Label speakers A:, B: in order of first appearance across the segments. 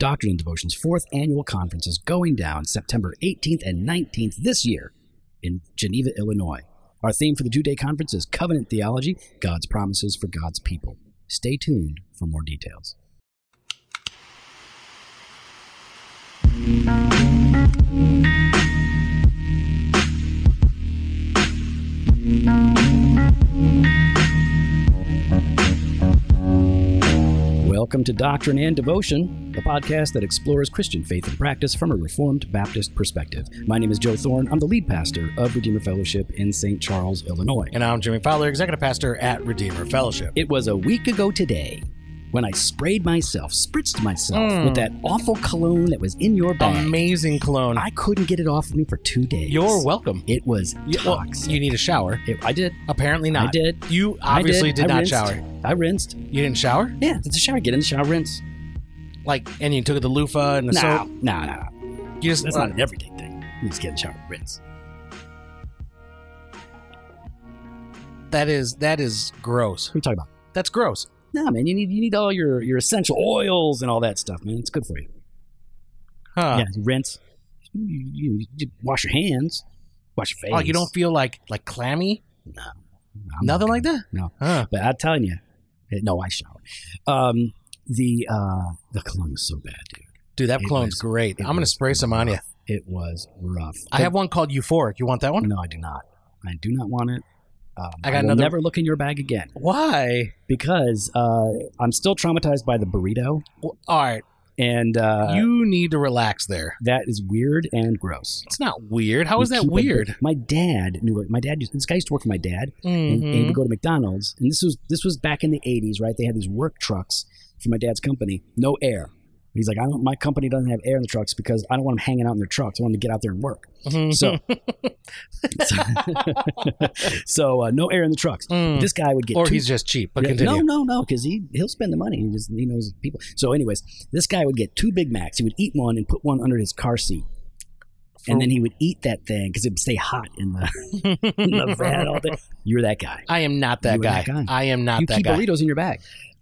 A: Doctrine and Devotion's fourth annual conference is going down September 18th and 19th this year in Geneva, Illinois. Our theme for the two day conference is Covenant Theology God's Promises for God's People. Stay tuned for more details. Welcome to Doctrine and Devotion, the podcast that explores Christian faith and practice from a Reformed Baptist perspective. My name is Joe Thorne. I'm the lead pastor of Redeemer Fellowship in St. Charles, Illinois.
B: And I'm Jimmy Fowler, Executive Pastor at Redeemer Fellowship.
A: It was a week ago today when I sprayed myself, spritzed myself
B: Hmm.
A: with that awful cologne that was in your bag.
B: Amazing cologne.
A: I couldn't get it off me for two days.
B: Um, You're welcome.
A: It was
B: You- well,
A: toxic.
B: you need a shower.
A: It- I did.
B: Apparently not.
A: I did.
B: You obviously
A: I
B: did,
A: I
B: not
A: rinsed.
B: shower.
A: I rinsed.
B: You didn't shower?
A: Yeah, it's a shower. Get in the shower, rinse.
B: Like, and you took the loofah and the
A: No,
B: soap?
A: no, no, no.
B: You just,
A: That's
B: uh,
A: not an everyday thing. You just get in the shower, rinse.
B: uh, that is, that is gross.
A: What are you talking about?
B: That's gross.
A: No, man. You need you need all your your essential oils and all that stuff, man. It's good for you.
B: Huh.
A: yeah, you rinse. You, you, you wash your hands. Wash your face.
B: Oh, you don't feel like, like clammy?
A: No,
B: Nothing like that?
A: No.
B: Huh.
A: But I'm telling you, eh, no, I shower. Um, the uh, the cologne is so bad, dude.
B: Dude, that
A: It
B: cologne's
A: was-
B: great.
A: it
B: I'm going to
A: was
B: spray some on you.
A: It was rough.
B: I have one called Euphoric. You want that one?
A: No, I do not. I do not want it. Um,
B: I got
A: will
B: another-
A: Never look in your bag again
B: Why?
A: because uh, I'm still traumatized by the burrito,
B: Well, all right.
A: and uh,
B: you need to relax there.
A: that is weird and gross.
B: It's not weird. How
A: We
B: is that
A: keep a-
B: weird?
A: my dad knew it. My dad used this guy used to work for my dad, and, and
B: Mhm.
A: we go to McDonald's, and this was this was back in the '80s, right? They had these work trucks for my dad's company, no air. He's like, I don't. My company doesn't have air in the trucks because I don't want them hanging out in their trucks. I want them to get out there and work.
B: Mhm.
A: So, so, so, uh, no air in the trucks.
B: Mm.
A: This guy would get
B: or
A: two
B: he's just cheap. But
A: Yeah,
B: continue.
A: No, no, no, because he he'll spend the money. He just he knows people. So, anyways, this guy would get two Big Macs. He would eat one and put one under his car seat,
B: Oh.
A: and then he would eat that thing because it would stay hot in the, in the van all day. You're that guy.
B: I am not that
A: You were
B: guy.
A: that guy.
B: I am not
A: you
B: that
A: keep
B: guy.
A: burritos in your bag.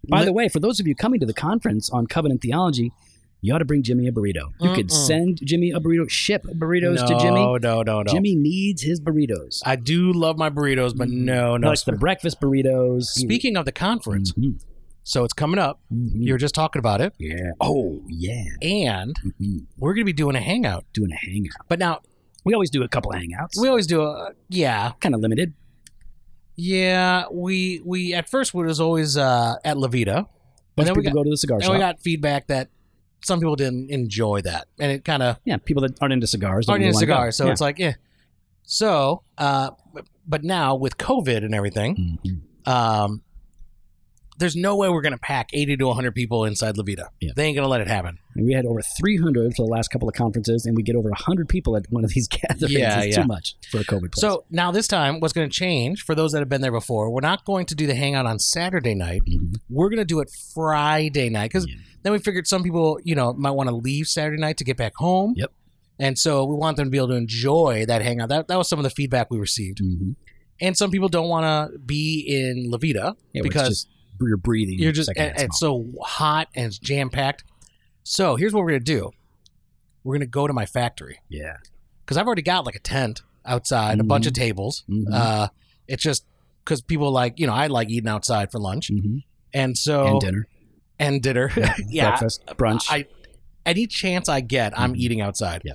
A: By
B: Li-
A: the way, for those of you coming to the conference on covenant theology, you ought to bring Jimmy a burrito. You could
B: Mm-mm.
A: send Jimmy a burrito, ship burritos
B: no,
A: to Jimmy.
B: No, no, no.
A: Jimmy needs his burritos.
B: I do love my burritos, but no, no.
A: like the breakfast burritos.
B: Speaking of the conference,
A: Mhm.
B: so it's coming up.
A: Mhm.
B: You were just talking about it,
A: yeah. Oh, yeah.
B: and
A: Mhm.
B: we're going to be doing a hangout.
A: Doing a hangout.
B: But now
A: We always do a couple hangouts.
B: we always do a yeah,
A: kind of limited.
B: yeah. We we at first we was always uh, at
A: But
B: Levita, and
A: then
B: then we
A: people
B: got
A: go to the cigar
B: and
A: shop.
B: we got feedback that some people didn't enjoy that, and it kind of
A: yeah, people that aren't into cigars.
B: starting a
A: into
B: cigar. So it's like yeah. So, uh, but- but now with COVID and everything,
A: Mm-hmm.
B: um, there's no way we're going to pack 80 to 100 people inside Levita.
A: Yeah.
B: They ain't going to let it happen.
A: And we had over 300 for the last couple of conferences, and we get over 100 people at one of these gatherings.
B: Yeah,
A: it's
B: yeah.
A: too much for a COVID place.
B: So now this time, what's going to change for those that have been there before, we're not going to do the hangout on Saturday night.
A: Mhm.
B: We're going to do it Friday night because
A: Yeah.
B: then we figured some people, you know, might want to leave Saturday night to get back home.
A: Yep.
B: And so we want them to be able to enjoy that hangout. That, that was some of the feedback we received.
A: Mhm.
B: And some people don't want to be in Levita
A: Yeah, where it's
B: because
A: just, you're breathing.
B: You're just
A: secondhand
B: and, it's so hot and it's jam packed. So here's what we're gonna do. We're gonna go to my factory
A: smell. yeah.
B: because I've already got like a tent outside, a bunch of tables.
A: Mhm.
B: Uh, it's just because people like you know I like eating outside for lunch,
A: Mhm.
B: and so
A: and dinner,
B: and dinner. yeah, uh,
A: breakfast, brunch.
B: I any chance I get, I'm
A: Mhm.
B: eating outside.
A: Yeah.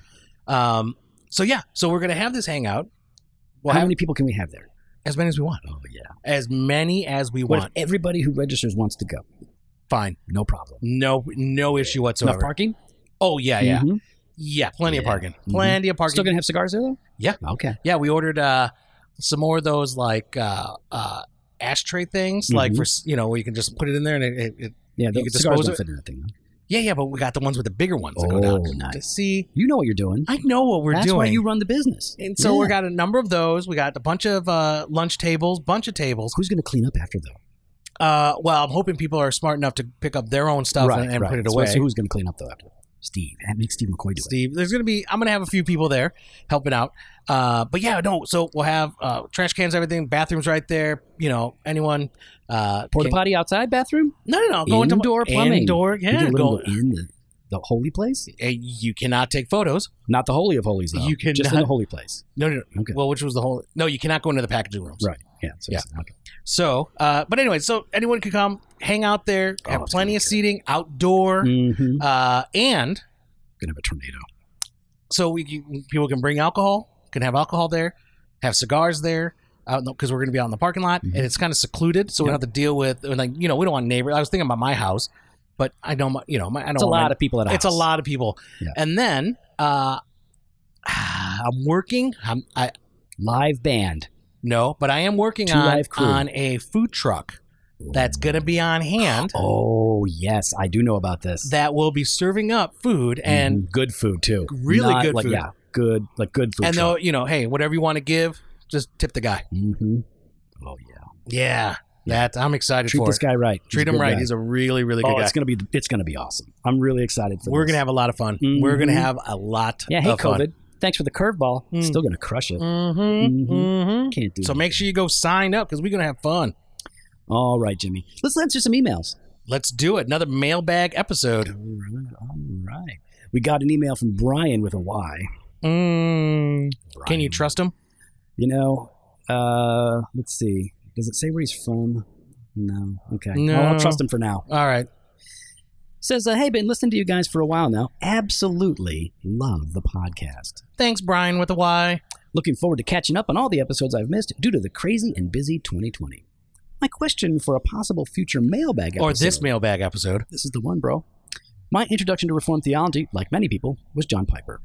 B: Um. So yeah. So we're gonna have this hangout. We'll
A: How
B: have
A: many people can we have there?
B: as many as we want.
A: Oh yeah.
B: As many as we
A: What
B: want.
A: if everybody who registers wants to go?
B: Fine.
A: No problem.
B: No. No issue
A: Enough
B: whatsoever.
A: parking?
B: oh yeah. Yeah.
A: Mhm.
B: Yeah, plenty of
A: Yeah.
B: parking.
A: Mhm.
B: Plenty of parking.
A: Still gonna have cigars there though?
B: Yeah.
A: Okay.
B: yeah, we ordered uh, some more of those like uh, uh, ashtray things, like
A: Mhm.
B: for s- you know where you can just put it in there and it. it, it
A: Yeah, the
B: could
A: cigars
B: dispose
A: don't
B: of-
A: fit in that thing. though.
B: yeah, yeah, but we got the ones with the bigger ones that go
A: Oh,
B: down.
A: nice.
B: To see,
A: You know what you're doing.
B: I know what we're
A: That's
B: doing.
A: why you run the business.
B: and so
A: Yeah.
B: we got a number of those. We got a bunch of uh, lunch tables, bunch of tables.
A: Who's gonna clean up after though?
B: Uh, well, I'm hoping people are smart enough to pick up their own stuff and, and put it
A: So-
B: away.
A: So who's going to clean up though after? Steve. That makes Steve McCoy do
B: Steve. There's gonna be I'm gonna have a few people there helping out. Uh, but yeah, no. So we'll have uh, trash cans, everything, bathrooms right there. You know, anyone. Uh,
A: it. Porta
B: can-
A: potty outside bathroom?
B: no, no, no. Go into
A: Indoor plumbing.
B: Indoor,
A: You
B: yeah.
A: get a little
B: Go,
A: in the The holy place?
B: Eh, You cannot take photos.
A: Not the holy of holies, though.
B: You
A: Just in
B: cannot-
A: the holy place.
B: No, no, no.
A: Okay.
B: Well, which was the whole. No, you cannot go into the packaging rooms.
A: Right. Yeah. So
B: Yeah.
A: Okay.
B: So, uh, but anyway, so anyone could come, hang out there,
A: Oh,
B: have
A: it's
B: plenty
A: gonna
B: of
A: be good.
B: seating, outdoor,
A: Mm-hmm.
B: uh, and
A: Gonna have a tornado.
B: so we can, people can bring alcohol, can have alcohol there, have cigars there, out because we're going to be out in the parking lot,
A: Mhm.
B: and it's kind of secluded, so we
A: Yeah.
B: don't have to deal with and like you know we don't want neighbors. I was thinking about my house, but I don't, my- you know, my, I don't.
A: It's a
B: want my-
A: lot of people at a
B: it's a
A: house.
B: lot of people,
A: Yeah.
B: and then uh, I'm working. I'm, I
A: Live band.
B: no, but I am working
A: Two
B: on
A: live crew.
B: on a food truck that's going to be on hand.
A: Oh yes, I do know about this.
B: that will be serving up food and
A: Mhm. good food too.
B: really
A: Not
B: good
A: like-
B: food.
A: Yeah. Good like good food.
B: and though you know, hey, whatever you want to give, just tip the guy.
A: hmm Oh yeah. Yeah.
B: Yeah, that I'm excited
A: Treat
B: for.
A: this
B: it.
A: guy right. He's
B: Treat
A: a
B: him
A: good
B: right.
A: guy.
B: He's a really, really good
A: oh,
B: guy.
A: it's gonna be it's gonna be awesome. I'm really excited for
B: We're
A: this.
B: gonna have a lot of fun.
A: Mhm.
B: We're gonna have a lot.
A: Yeah. Hey,
B: of fun.
A: COVID. Thanks for the curveball.
B: Mm.
A: Still gonna crush it.
B: Mhm,
A: Mhm.
B: mhm.
A: Can't do.
B: So
A: it.
B: make sure you go sign up because we're gonna have fun.
A: All right, Jimmy. Let's answer some emails.
B: Let's do it. Another mailbag episode.
A: All right. All right. We got an email from Brian with a Y.
B: Mm. Can you
A: Brian.
B: trust him?
A: You know, uh, let's see. Does it say where he's from? No. Okay.
B: No.
A: Well, I'll trust him for now.
B: All right.
A: Says, uh, hey, been listening to you guys for a while now. Absolutely love the podcast.
B: Thanks, Brian with a Y.
A: Looking forward to catching up on all the episodes I've missed due to the crazy and busy 2020. My question for a possible future mailbag episode.
B: Or this mailbag episode.
A: This is the one, bro. My introduction to Reformed theology, like many people, was John Piper.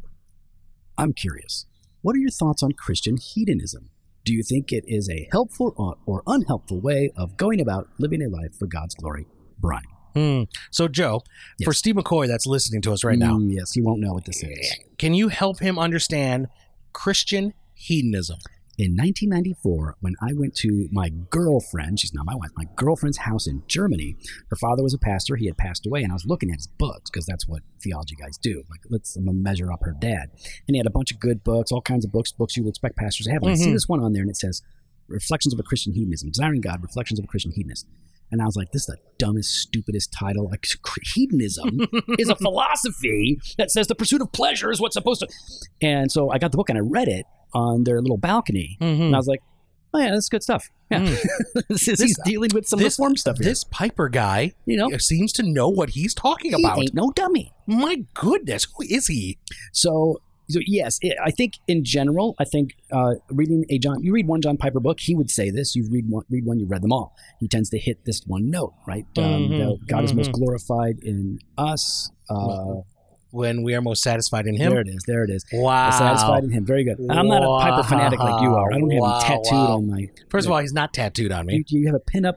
A: I'm curious. What are your thoughts on Christian hedonism? Do you think it is a helpful or- or unhelpful way of going about living a life for God's glory? Brian.
B: Mm. So, Joe,
A: Hmm. Yes.
B: for Steve McCoy that's listening to us right now,
A: Mm, yes, he won't know what this is.
B: Can you help him understand Christian hedonism?
A: In 1994, when I went to my girlfriend, she's not my wife, my girlfriend's house in Germany, her father was a pastor. He had passed away, and I was looking at his books because that's what theology guys do. Like, let's I'm gonna measure up her dad. And he had a bunch of good books, all kinds of books, books you would expect pastors to have. And I see
B: Mhm.
A: this one on there, and it says, Reflections of a Christian Hedonism, Desiring God, Reflections of a Christian Hedonist. And I was like, this is the dumbest, stupidest title. Like, hedonism is a philosophy that says the pursuit of pleasure is what's supposed to. And so I got the book and I read it on their little balcony.
B: Hmm.
A: And I was like, oh, yeah, that's good stuff. Yeah. this is, he's dealing with some
B: this-
A: reform stuff here.
B: This Piper guy
A: you know,
B: seems to know what he's talking
A: Oh. he
B: about.
A: ain't no dummy.
B: My goodness, who is he?
A: So, so yes, it, I think in general, I think uh, reading a John, you read one John Piper book, he would say this. You read one, read one, you read them all. He tends to hit this one note, right? Um,
B: Mhm,
A: that God is most
B: mhm.
A: glorified in us. Uh,
B: When we are most satisfied in
A: there
B: him.
A: it is. There it is.
B: Wow.
A: Satisfied in Him. Very good. And I'm not a Piper fanatic like you are. I don't
B: Wow,
A: have him tattooed
B: wow.
A: on my.
B: First of all, he's not tattooed on me.
A: You, you have a pinup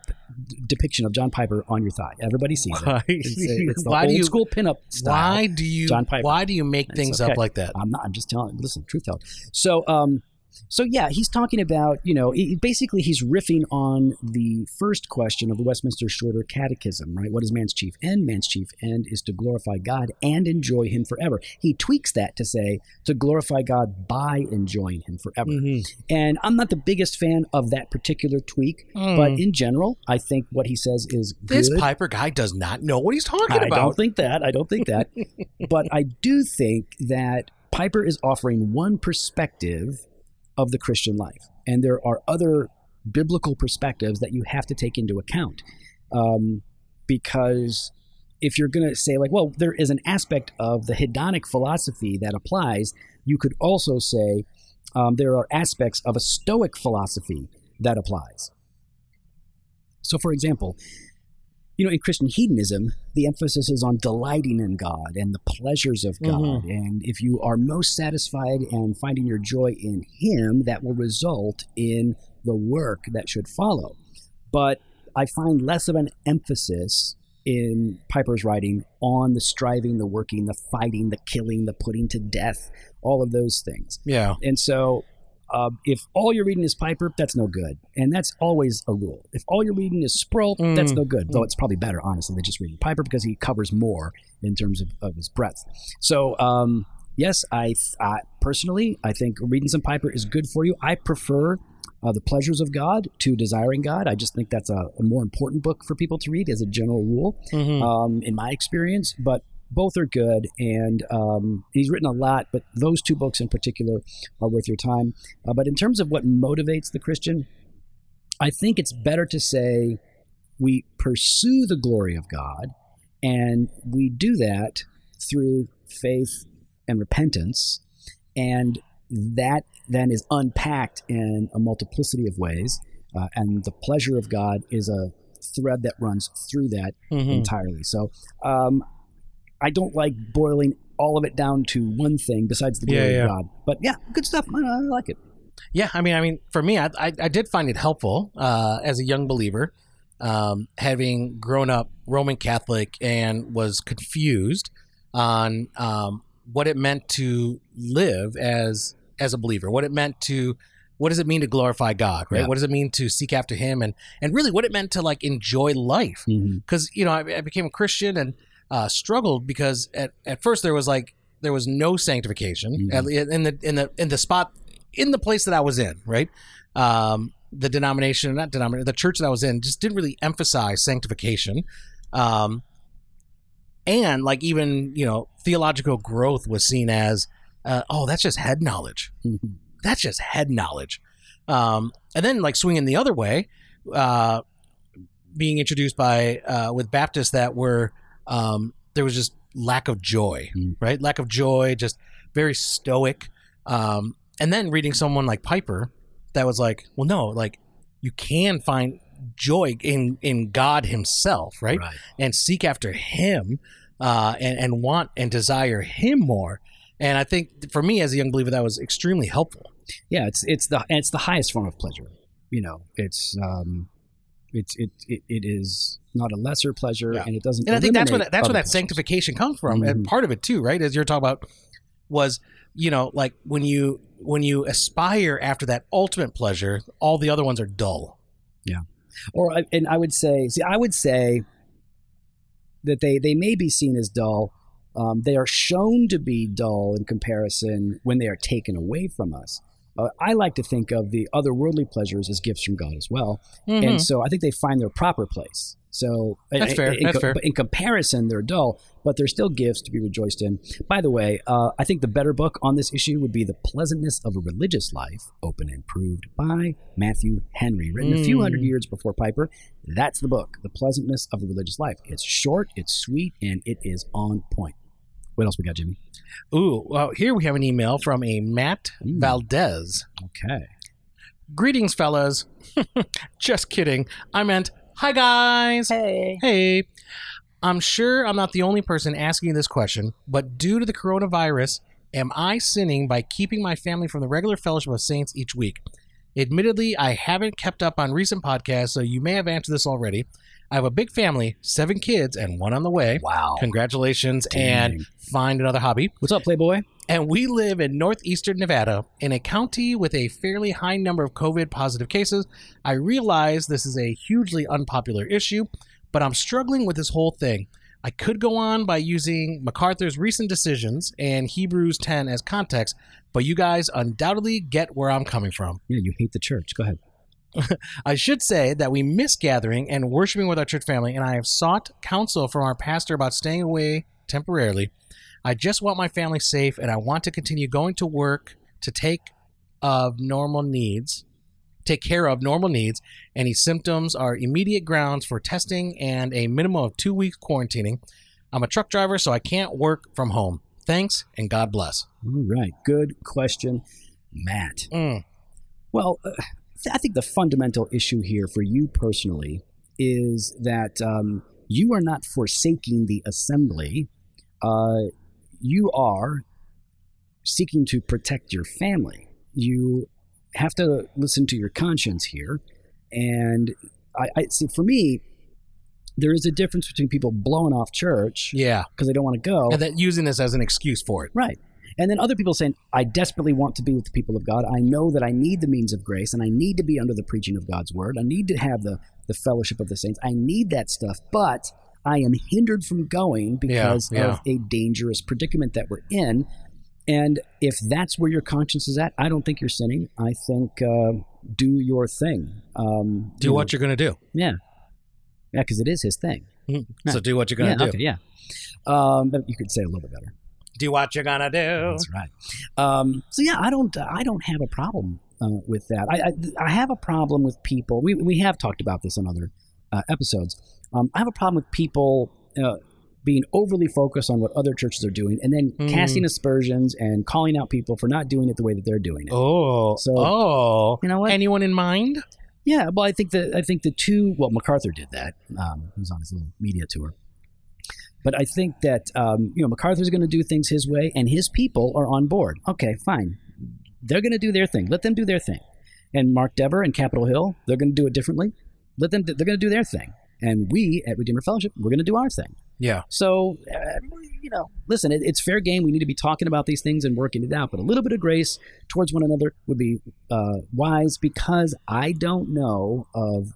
A: d- depiction of John Piper on your thigh. Everybody sees it.
B: Why,
A: It's, a- it's the
B: why
A: old
B: do you?
A: school pinup style.
B: Why do you?
A: John Piper.
B: Why do you make
A: It's
B: things
A: okay.
B: up like that?
A: I'm not. I'm just telling. Listen, truth teller. So, um, so yeah, he's talking about you know he- basically he's riffing on the first question of the Westminster Shorter Catechism, right? What is man's chief end? Man's chief end is to glorify God and enjoy Him forever. He tweaks that to say to glorify God by enjoying Him forever.
B: Mhm.
A: And I'm not the biggest fan of that particular tweak, but
B: Mm.
A: in general, I think what he says is
B: this
A: good.
B: Piper guy does not know what he's talking
A: I don't
B: about.
A: think that. I don't think that. but I do think that Piper is offering one perspective of the Christian life, and there are other biblical perspectives that you have to take into account, um, because if you're going to say like, well, there is an aspect of the hedonic philosophy that applies, you could also say um, there are aspects of a Stoic philosophy that applies. So, for example, you know, in Christian hedonism, the emphasis is on delighting in God and the pleasures of God.
B: Mhm.
A: And if you are most satisfied and finding your joy in Him, that will result in the work that should follow. But I find less of an emphasis in Piper's writing on the striving, the working, the fighting, the killing, the putting to death, all of those things.
B: Yeah.
A: And so, um, if all you're reading is Piper, that's no good. And that's always a rule. If all you're reading is Sproul, that's
B: Mm.
A: no good. Though it's probably better, honestly, than just reading Piper because he covers more in terms of, of his breadth. So, um, yes, I, th- I personally, I think reading some Piper is good for you. I prefer. Uh, the pleasures of God to desiring God. I just think that's a, a more important book for people to read as a general rule
B: Mhm.
A: um, in my experience. But Both are good, and um, he's written a lot, but those two books in particular are worth your time. Uh, but in terms of what motivates the Christian, I think it's better to say we pursue the glory of God, and we do that through faith and repentance, and that then is unpacked in a multiplicity of ways. Uh, and the pleasure of God is a thread that runs through that
B: Mhm.
A: entirely. So um, I don't like boiling all of it down to one thing besides the glory
B: Yeah, yeah.
A: of God. But yeah, good stuff. I, I like it.
B: Yeah, I mean, I mean, for me, I I, I did find it helpful uh, as a young believer, um, having grown up Roman Catholic and was confused on um, what it meant to live as as a believer, what it meant to what does it mean to glorify God, right?
A: Yeah.
B: What does it mean to seek after Him, and and really what it meant to like enjoy life
A: Mm-hmm.
B: because you know I, I became a Christian and uh, struggled because at, at first there was like there was no sanctification
A: Mhm.
B: at le- in the in the in the spot in the place that I was in right um, the denomination not denomination the church that I was in just didn't really emphasize sanctification um, and like even you know theological growth was seen as uh, oh that's just head knowledge
A: Mm-hmm.
B: that's just head knowledge. Um, and then like swinging the other way, uh, being introduced by uh, with Baptists that were um, there was just lack of joy,
A: Mm.
B: right? Lack of joy, just very stoic. Um, and then reading someone like Piper that was like, well, no, like you can find joy in in God Himself, right? and seek after Him uh, and and want and desire Him more. And I think for me as a young believer, that was extremely helpful.
A: Yeah, it's it's the it's the highest form of pleasure. You know, it's um, it's it it, it is not a lesser pleasure,
B: Yeah.
A: and it doesn't.
B: And I think that's where
A: eliminate
B: that, that's where
A: other
B: that sanctification comes from, and
A: Mhm.
B: part of it too, right? As you're talking about, was you know like when you when you aspire after that ultimate pleasure, all the other ones are dull.
A: or I- and I would say, see, I would say that they they may be seen as dull. Um, they are shown to be dull in comparison when they are taken away from us. Uh, I like to think of the otherworldly pleasures as gifts from God as well, and so I think they find their proper place. So and-
B: Mm-hmm. That's fair,
A: In,
B: that's fair.
A: But in comparison, they're dull, but they're still gifts to be rejoiced in. By the way, uh, I think the better book on this issue would be "The Pleasantness of a Religious Life," open and proved by Matthew Henry, written a few
B: Mm.
A: hundred years before Piper. That's the book, "The Pleasantness of a Religious Life." It's short, it's sweet, and it is on point. What else we got, Jimmy?
B: Ooh, well, here we have an email from a Matt
A: Mm.
B: Valdez.
A: Okay.
B: Greetings, fellas. Just kidding. I meant hi, guys.
A: Hey.
B: Hey, I'm sure I'm not the only person asking this question, but due to the coronavirus, am I sinning by keeping my family from the regular fellowship of saints each week? Admittedly, I haven't kept up on recent podcasts, so you may have answered this already. I have a big family, seven kids, and one on the way.
A: Wow.
B: Congratulations,
A: Dang.
B: and find another hobby.
A: What's up, Playboy?
B: And we live in northeastern Nevada in a county with a fairly high number of COVID positive cases. I realize this is a hugely unpopular issue, but I'm struggling with this whole thing. I could go on by using MacArthur's recent decisions and Hebrews 10 as context, but you guys undoubtedly get where I'm coming from.
A: Yeah, you hate the church. Go ahead.
B: I should say that we miss gathering and worshiping with our church family, and I have sought counsel from our pastor about staying away temporarily. I just want my family safe, and I want to continue going to work to take of normal needs, take care of normal needs. Any symptoms are immediate grounds for testing and a minimum of two weeks quarantining. I'm a truck driver, so I can't work from home. Thanks, and God bless.
A: All right. Good question, Matt.
B: Mm,
A: Well, uh, th- I think the fundamental issue here for you personally is that um, you are not forsaking the assembly. Uh, you are seeking to protect your family. You have to listen to your conscience here. And I, I see, for me, there is a difference between people blowing off church
B: yeah,
A: because they don't want to go.
B: and that using this as an excuse for it.
A: Right. And then other people saying, I desperately want to be with the people of God. I know that I need the means of grace and I need to be under the preaching of God's word. I need to have the, the fellowship of the saints. I need that stuff, but I am hindered from going because
B: yeah.
A: of a dangerous predicament that we're in. And if that's where your conscience is at, I don't think you're sinning. I think uh, do your thing. Um,
B: Do what you're going to do.
A: Yeah. Yeah, because it is his thing.
B: So do what you're
A: yeah,
B: gonna
A: okay,
B: do.
A: yeah. Um, but you could say it a little bit better.
B: Do what you're gonna do.
A: That's right. Um, so yeah, I don't, I don't have a problem uh, with that. I, I, I have a problem with people. We we have talked about this on other uh, episodes. Um, I have a problem with people uh, being overly focused on what other churches are doing, and then
B: Mm.
A: casting aspersions and calling out people for not doing it the way that they're doing it.
B: Oh,
A: So-
B: oh.
A: You know what?
B: Anyone in mind?
A: Yeah, well, I think the I think the two. Well, MacArthur did that. Um, he was on his little media tour. But I think that um, you know MacArthur's going to do things his way, and his people are on board. Okay, fine. They're going to do their thing. Let them do their thing. And Mark Dever and Capitol Hill, they're going to do it differently. Let them. They're going to do their thing. And we at Redeemer Fellowship, we're going to do our thing.
B: Yeah.
A: So, uh, you know, listen, it, it's fair game. We need to be talking about these things and working it out, but a little bit of grace towards one another would be uh, wise because I don't know of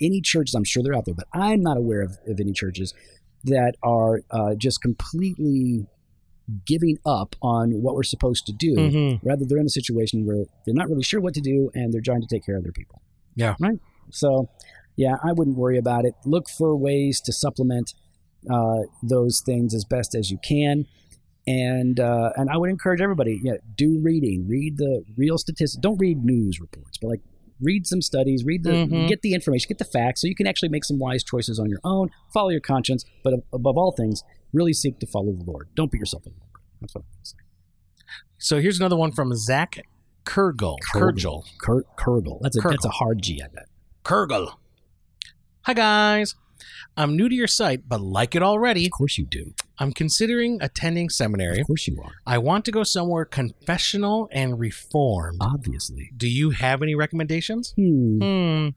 A: any churches, I'm sure they're out there, but I'm not aware of, of any churches that are uh, just completely giving up on what we're supposed to do.
B: Mm-hmm.
A: Rather, they're in a situation where they're not really sure what to do and they're trying to take care of their people.
B: Yeah.
A: Right. So, yeah, I wouldn't worry about it. Look for ways to supplement uh, those things as best as you can. And uh, and I would encourage everybody, yeah, do reading, read the real statistics. Don't read news reports, but like read some studies, read the
B: Mhm.
A: get the information, get the facts, so you can actually make some wise choices on your own. Follow your conscience, but ab- above all things, really seek to follow the Lord. Don't beat yourself up. That's what I'm saying.
B: So here's another one from Zach Kurgel. Kurgel.
A: Kurgel. Kurt Kurgle. That's a that's a hard G, I bet.
B: Kurgel. Hi guys. I'm new to your site, but like it already.
A: Of course you do.
B: I'm considering attending seminary.
A: Of course you are.
B: I want to go somewhere confessional and reformed.
A: Obviously.
B: Do you have any recommendations?
A: Hmm.
B: Hmm.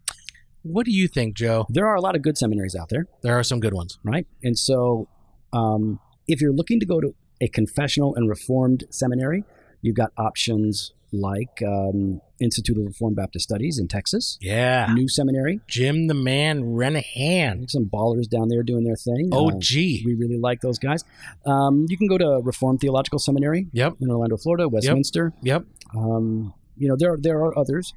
B: What do you think, Joe?
A: There are a lot of good seminaries out there,
B: There are some good ones.
A: right? And so, um, if you're looking to go to a confessional and reformed seminary, you've got options like um, Institute of Reformed Baptist Studies in Texas,
B: Yeah.
A: New Seminary.
B: Jim the Man Renahan.
A: Some ballers down there doing their thing. Uh,
B: OG.
A: we really like those guys. Um, you can go to Reformed Theological Seminary
B: Yep.
A: in Orlando, Florida, Westminster.
B: Yep.
A: Um, you know, there are, there are others.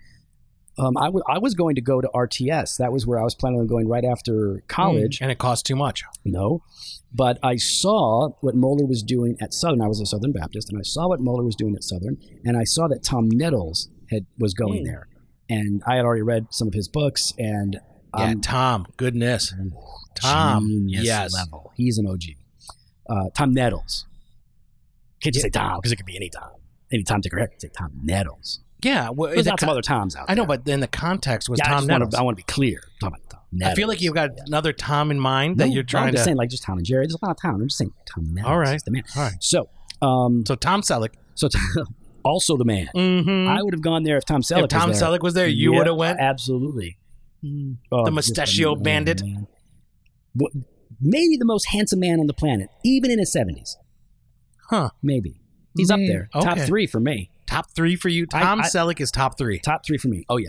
A: Um, I, w- I was going to go to RTS. That was where I was planning on going right after college.
B: And it costs too much.
A: No, but I saw what Moeller was doing at Southern. I was a Southern Baptist, and I saw what Moeller was doing at Southern, and I saw that Tom Nettles had was going
B: Mm.
A: there, and I had already read some of his books, and
B: Yeah,
A: um,
B: Tom. Goodness. Tom,
A: genius
B: yes.
A: level. He's an OG. Uh, Tom Nettles. Can't you say Tom? Because it could be any Tom, any Tom Dick or Harry. Say Tom Nettles.
B: Yeah. Well,
A: There's
B: the
A: not some
B: co-
A: other Toms out
B: I
A: there.
B: know, but then the context was
A: Yeah, I
B: Tom
A: just wanna-
B: Nettles.
A: I want to be clear. I'm talking about Tom
B: I feel
A: Nettles.
B: like you've got another Tom in mind that
A: No,
B: you're trying
A: I'm just
B: to.
A: saying like just Tom and Jerry. There's a lot of Tom. I'm just saying Tom Nettles.
B: All right.
A: is the man.
B: All right.
A: So, um,
B: So Tom Selleck.
A: so also the man.
B: Mm-hmm.
A: I would have gone there if Tom Selleck.
B: if Tom
A: was there.
B: Selleck was there, you
A: Yeah,
B: would have went.
A: absolutely. Oh,
B: The
A: just
B: mustachio
A: amazing
B: bandit.
A: man. What- Maybe the most handsome man on the planet, even in his seventies.
B: Huh.
A: Maybe he's up
B: Maybe.
A: there. Top
B: Okay.
A: three for me.
B: Top three for you.
A: I-
B: Tom
A: I-
B: Selleck is top three.
A: Top three for me. Oh yeah.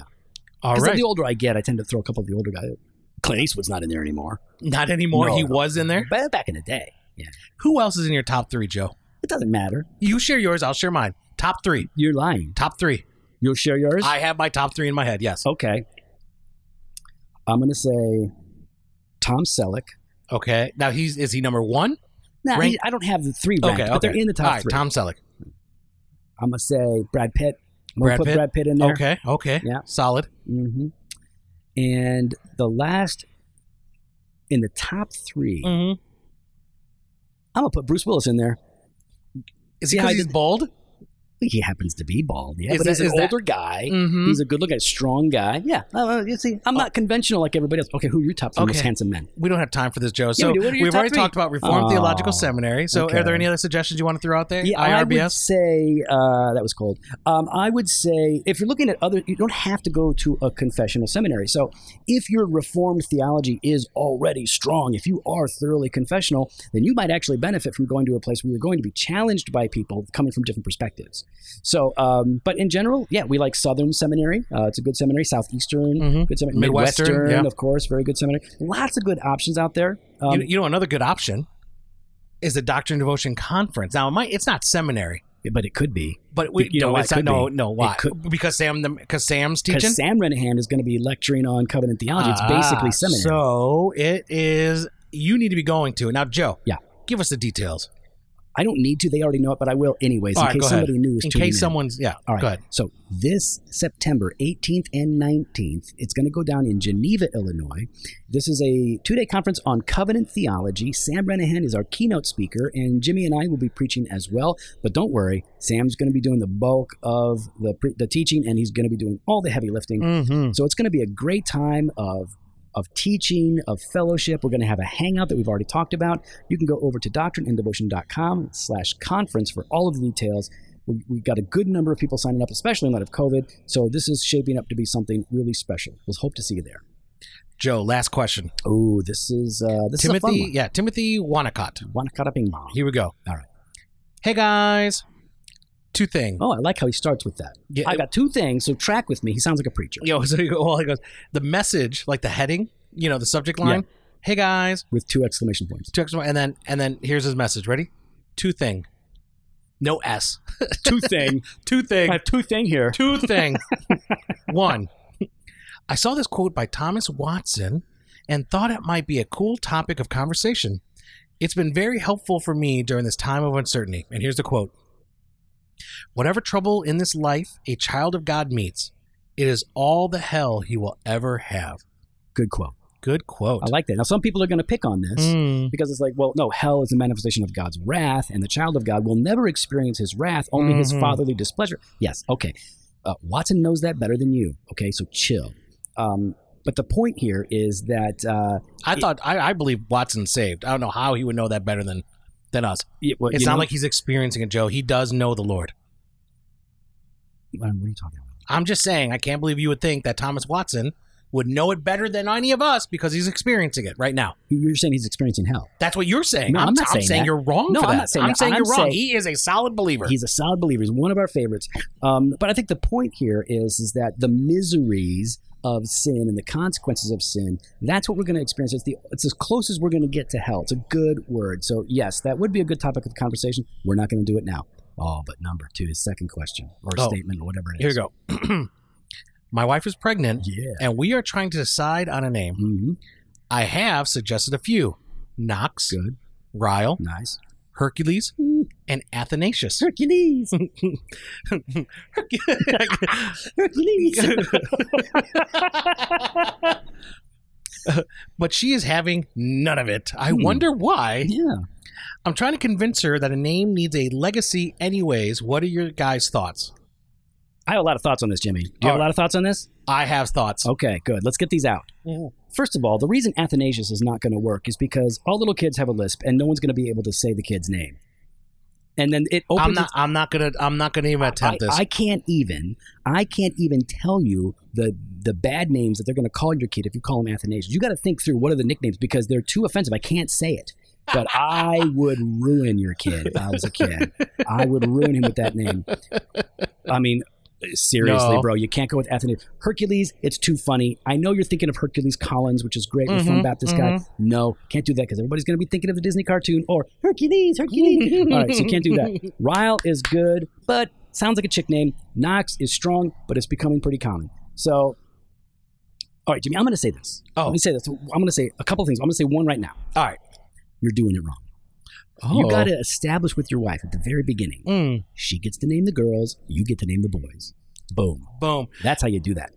B: All
A: Because
B: right.
A: the older I get, I tend to throw a couple of the older guys. Clint Eastwood's not in there anymore.
B: Not anymore.
A: No,
B: he
A: no.
B: was in there.
A: But back in the day, yeah,
B: Who else is in your top three, Joe?
A: it doesn't matter.
B: You share yours. I'll share mine. Top three.
A: You're lying.
B: Top three.
A: You'll share yours.
B: I have my top three in my head. Yes.
A: Okay. I'm gonna say Tom Selleck.
B: Okay. Now he's is he number one?
A: Nah,
B: Rank-
A: he- I don't have the three ranked,
B: Okay,
A: but they're
B: okay.
A: in the top
B: All right.
A: three.
B: Tom Selleck.
A: I'm gonna say Brad Pitt. I'm
B: Brad
A: gonna put
B: Pitt?
A: Brad Pitt in there.
B: Okay. Okay.
A: Yeah.
B: Solid.
A: hmm And the last in the top 3 i
B: Mm-hmm.
A: I'm gonna put Bruce Willis in there.
B: Is he
A: Yeah, I
B: because he's
A: did-
B: bald?
A: He happens to be bald, yeah,
B: Is
A: but
B: that-
A: he's an
B: is that-
A: older guy.
B: Mm-hmm. Oh.
A: He's a good-looking, strong guy. Yeah, Uh, uh, you see, I'm not conventional like everybody else. Okay, who are your top three most
B: Okay.
A: handsome men?
B: We don't have time for this, Joe. So
A: we do. What are your
B: we've
A: top
B: already
A: three?
B: talked about Reformed
A: Oh,
B: Theological Seminary. So
A: okay.
B: are there any other suggestions you want to throw out there?
A: Yeah, I would
B: IRBS.
A: say uh, that was cold. Um, I would say if you're looking at other, you don't have to go to a confessional seminary. So if your Reformed theology is already strong, if you are thoroughly confessional, then you might actually benefit from going to a place where you're going to be challenged by people coming from different perspectives. So, um, but in general, yeah, we like Southern Seminary. Uh, it's a good seminary. Southeastern,
B: Mhm.
A: good seminary.
B: Midwestern, yeah.
A: of course, very good seminary. Lots of good options out there. Um,
B: you, you know, another good option is the Doctrine and Devotion Conference. Now, it might, it's not seminary,
A: but it could be
B: but we,
A: You know
B: no,
A: why
B: it's
A: it
B: not,
A: could
B: no,
A: be.
B: no, why?
A: It could-
B: because Sam, because Sam's teaching.
A: Because Sam Renahan is going to be lecturing on covenant theology. It's
B: Ah,
A: basically seminary.
B: So it is you need to be going to. Now, Joe,
A: Yeah.
B: give us the details
A: I don't need to. They already know it, but I will anyways
B: All
A: in
B: right,
A: case
B: go ahead.
A: somebody new is
B: in
A: tuning
B: case
A: in.
B: someone's yeah.
A: All right.
B: Go ahead.
A: So this September 18th and 19th, it's going to go down in Geneva, Illinois. This is a two-day conference on covenant theology. Sam Renahan is our keynote speaker, and Jimmy and I will be preaching as well. But don't worry, Sam's going to be doing the bulk of the pre- the teaching, and he's going to be doing all the heavy lifting.
B: Mm-hmm.
A: So it's going to be a great time of of teaching, of fellowship. We're going to have a hangout that we've already talked about. You can go over to doctrineanddevotion.com slash conference for all of the details. We- We've got a good number of people signing up, especially in light of COVID. So this is shaping up to be something really special. We'll hope to see you there.
B: Joe, last question.
A: Oh, this is uh, this is a fun
B: Timothy,
A: one.
B: yeah, Timothy Wanacott.
A: Wanakaraping Ma.
B: Here we go.
A: All right.
B: Hey guys, two things.
A: Oh, I like how he starts with that.
B: Yeah,
A: I got two things, so track with me. He sounds like a preacher
B: yo, so he- well, he goes the message, like the heading, you know, the subject line. Hey guys,
A: with two exclamation points.
B: two exclamation, and then and then here's his message. Ready? Two thing, no s.
A: two thing.
B: Two thing.
A: have two thing here.
B: Two thing. One, I saw this quote by Thomas Watson and thought it might be a cool topic of conversation. It's been very helpful for me during this time of uncertainty. And here's the quote Whatever trouble in this life a child of God meets, it is all the hell he will ever have.
A: Good quote.
B: Good quote.
A: I like that. Now some people are going to pick on this.
B: Mm.
A: because it's like, well, no, hell is a manifestation of God's wrath, and the child of God will never experience his wrath, only his
B: Mhm.
A: fatherly displeasure. Yes, okay. Uh, Watson knows that better than you, okay? So chill. Um, but the point here is that, uh,
B: I thought I, I believe Watson saved. I don't know how he would know that better than than us.
A: y- well,
B: It's
A: you
B: not
A: know-
B: like he's experiencing it, Joe. He does know the Lord.
A: Um, what are you talking about?
B: I'm just saying, I can't believe you would think that Thomas Watson would know it better than any of us because he's experiencing it right now.
A: You- You're saying he's experiencing hell.
B: That's what you're saying.
A: No, I'm not saying that.
B: you're wrong.
A: No,
B: for
A: I'm
B: that.
A: not saying
B: I'm
A: that.
B: saying
A: I'm
B: you're wrong.
A: saying-
B: He is a solid believer.
A: He's a solid believer. He's one of our favorites. Um, but I think the point here is is that the miseries of sin and the consequences of sin, that's what we're going to experience. It's the it's as close as we're going to get to hell. It's a good word. So yes, that would be a good topic of conversation. We're not going to do it now. Oh, but number two, his second question or
B: Oh.
A: statement or whatever it
B: Here we
A: is.
B: go. My wife is pregnant,
A: Yeah.
B: and we are trying to decide on a name.
A: hmm
B: I have suggested a few: Knox,
A: Good.
B: Ryle,
A: Nice.
B: Hercules,
A: Mm,
B: and Athanasius.
A: Hercules. Hercules.
B: but she is having none of it. I
A: Hmm.
B: wonder why.
A: yeah.
B: I'm trying to convince her that a name needs a legacy, anyways. What are your guys' thoughts?
A: I have a lot of thoughts on this, Jimmy. Do you have
B: All
A: a lot of thoughts on this?
B: I have thoughts.
A: Okay, good. Let's get these out. First of all, the reason Athanasius is not going to work is because all little kids have a lisp, and no one's going to be able to say the kid's name. And then it opens.
B: I'm not. I'm not gonna. I'm not gonna even
A: I,
B: attempt this.
A: I can't even. I can't even tell you the the bad names that they're going to call your kid if you call him Athanasius. You got to think through what are the nicknames because they're too offensive. I can't say it. But I would ruin your kid if I was a kid. I would ruin him with that name. I mean, seriously,
B: No.
A: bro, you can't go with Athanasius. Hercules, it's too funny. I know you're thinking of Hercules Collins, which is great. You're from
B: Mhm,
A: Baptist guy.
B: mhm.
A: No, can't do that because everybody's going to be thinking of the Disney cartoon or Hercules, Hercules. All right, so you can't do that. Ryle is good, but sounds like a chick name. Knox is strong, but it's becoming pretty common. So, all right, Jimmy, I'm going to say this.
B: Oh.
A: Let me say this. I'm going to say a couple things. I'm going to say one right now.
B: All right.
A: You're doing it wrong. You
B: Oh.
A: got to establish with your wife at the very beginning.
B: Mm,
A: She gets to name the girls. You get to name the boys. Boom.
B: boom.
A: That's how you do that.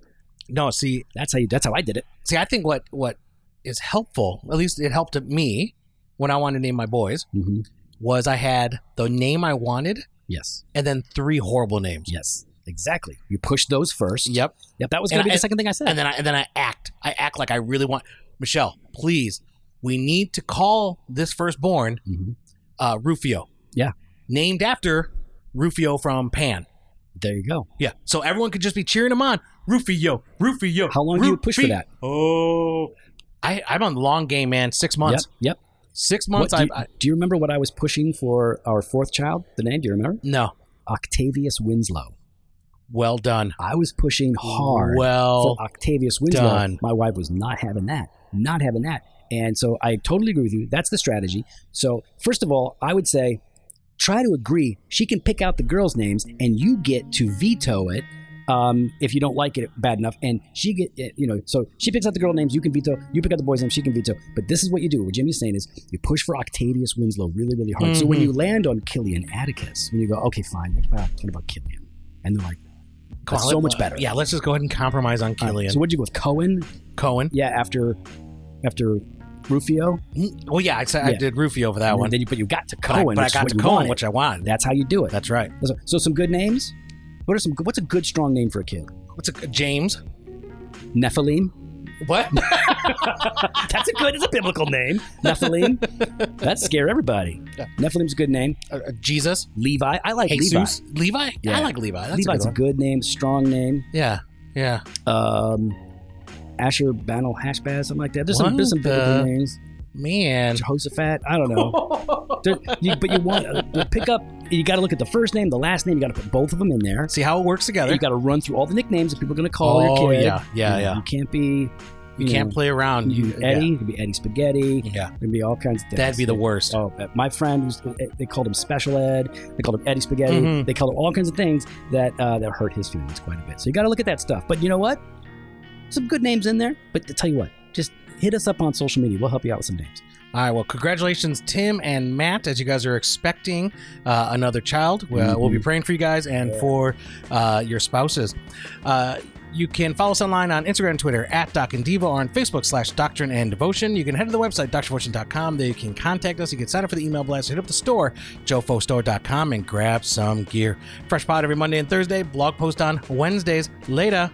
B: No. See.
A: That's how you. That's how I did it.
B: See. I think what what is helpful. At least it helped me when I wanted to name my boys.
A: hmm
B: Was I had the name I wanted,
A: Yes.
B: and then three horrible names.
A: Yes. Exactly. You push those first.
B: Yep.
A: Yep. That was
B: And
A: going to be
B: I-
A: the second thing I said.
B: And then I and then I act. I act like I really want Michelle. Please, we need to call this firstborn
A: Mhm.
B: uh, Rufio.
A: Yeah.
B: Named after Rufio from Pan.
A: There you go.
B: Yeah. So everyone could just be cheering him on. Rufio, Rufio.
A: How long do you push for that?
B: Oh. I, I'm on the long game, man. Six months.
A: Yep. Yep.
B: Six
A: What,
B: months.
A: do,
B: I,
A: you,
B: I
A: do you remember what I was pushing for our fourth child? The name? Do you remember?
B: No.
A: Octavius Winslow.
B: Well done.
A: I was pushing hard
B: Well,
A: for uh, Octavius Winslow.
B: done.
A: My wife was not having that. Not having that. And so I totally agree with you. That's the strategy. So first of all, I would say try to agree. She can pick out the girls' names, and you get to veto it Um, if you don't like it bad enough, and she get eh, you know, so she picks out the girl names, you can veto. You pick out the boys' names, she can veto. But this is what you do. What Jimmy's saying is, you push for Octavius Winslow really, really hard. So when
B: Mhm.
A: you land on Killian Atticus, when you go, okay, fine, what about, what about Killian? And they're like, that's
B: Call
A: so
B: it-
A: much better.
B: Yeah, let's just go ahead and compromise on
A: All right,
B: Killian
A: So what'd you go with Cohen?
B: Cohen.
A: Yeah, after after Rufio.
B: Mm, Well, yeah, I, said I
A: Yeah.
B: did Rufio for that
A: And
B: one.
A: Then you, but you got to
B: But I-
A: Cohen.
B: but I,
A: which is
B: got
A: what
B: to
A: you
B: Cohen,
A: wanted.
B: which I wanted.
A: That's how you do it.
B: That's right.
A: So, so some good names. What are some? What's a good strong name for a kid?
B: What's a James?
A: Nephilim.
B: What? Uh,
A: That's a good. It's a biblical name. Nephilim. That scare everybody.
B: Yeah.
A: Nephilim's a good name.
B: Uh, uh, Jesus?
A: Levi. I like Levi.
B: Jesus? Levi?
A: Yeah.
B: I like Levi. That's a
A: Levi's
B: good
A: a
B: one.
A: good name. Strong name.
B: Yeah, yeah.
A: Um, Asher Banal Hashbaz, something like that. There's some. There's some
B: What
A: biblical
B: the-
A: names.
B: Man.
A: Jehoshaphat. I don't know. There- you- but you want to pick up. You got to look at the first name, the last name. You got to put both of them in there.
B: See how it works together.
A: You got to run through all the nicknames that people are going to call
B: oh,
A: your kid. Mm-hmm.
B: yeah, yeah,
A: you,
B: yeah.
A: You can't be.
B: You can't play around.
A: You,
B: You,
A: Eddie. You could be Eddie Spaghetti.
B: Yeah. yeah.
A: There'd be all kinds of things.
B: That'd be the worst.
A: Oh, uh, my friend, was, they called him Special Ed. They called him Eddie Spaghetti.
B: Mhm.
A: They called him all kinds of things that uh, that hurt his feelings quite a bit. So you got to look at that stuff. But you know what? Some good names in there. But to tell you what, just hit us up on social media. We'll help you out with some names.
B: All right. Well, congratulations, Tim and Matt, as you guys are expecting uh, another child. We'll,
A: Mhm.
B: we'll be praying for you guys and
A: Yeah.
B: for uh, your spouses. Uh, you can follow us online on Instagram and Twitter at Doc and Devo or on Facebook slash Doctrine and Devotion. You can head to the website, doctrinefortune.com. There you can contact us. You can sign up for the email blast. Hit up the store, jofostore.com, and grab some gear. Fresh pod every Monday and Thursday. Blog post on Wednesdays. Later.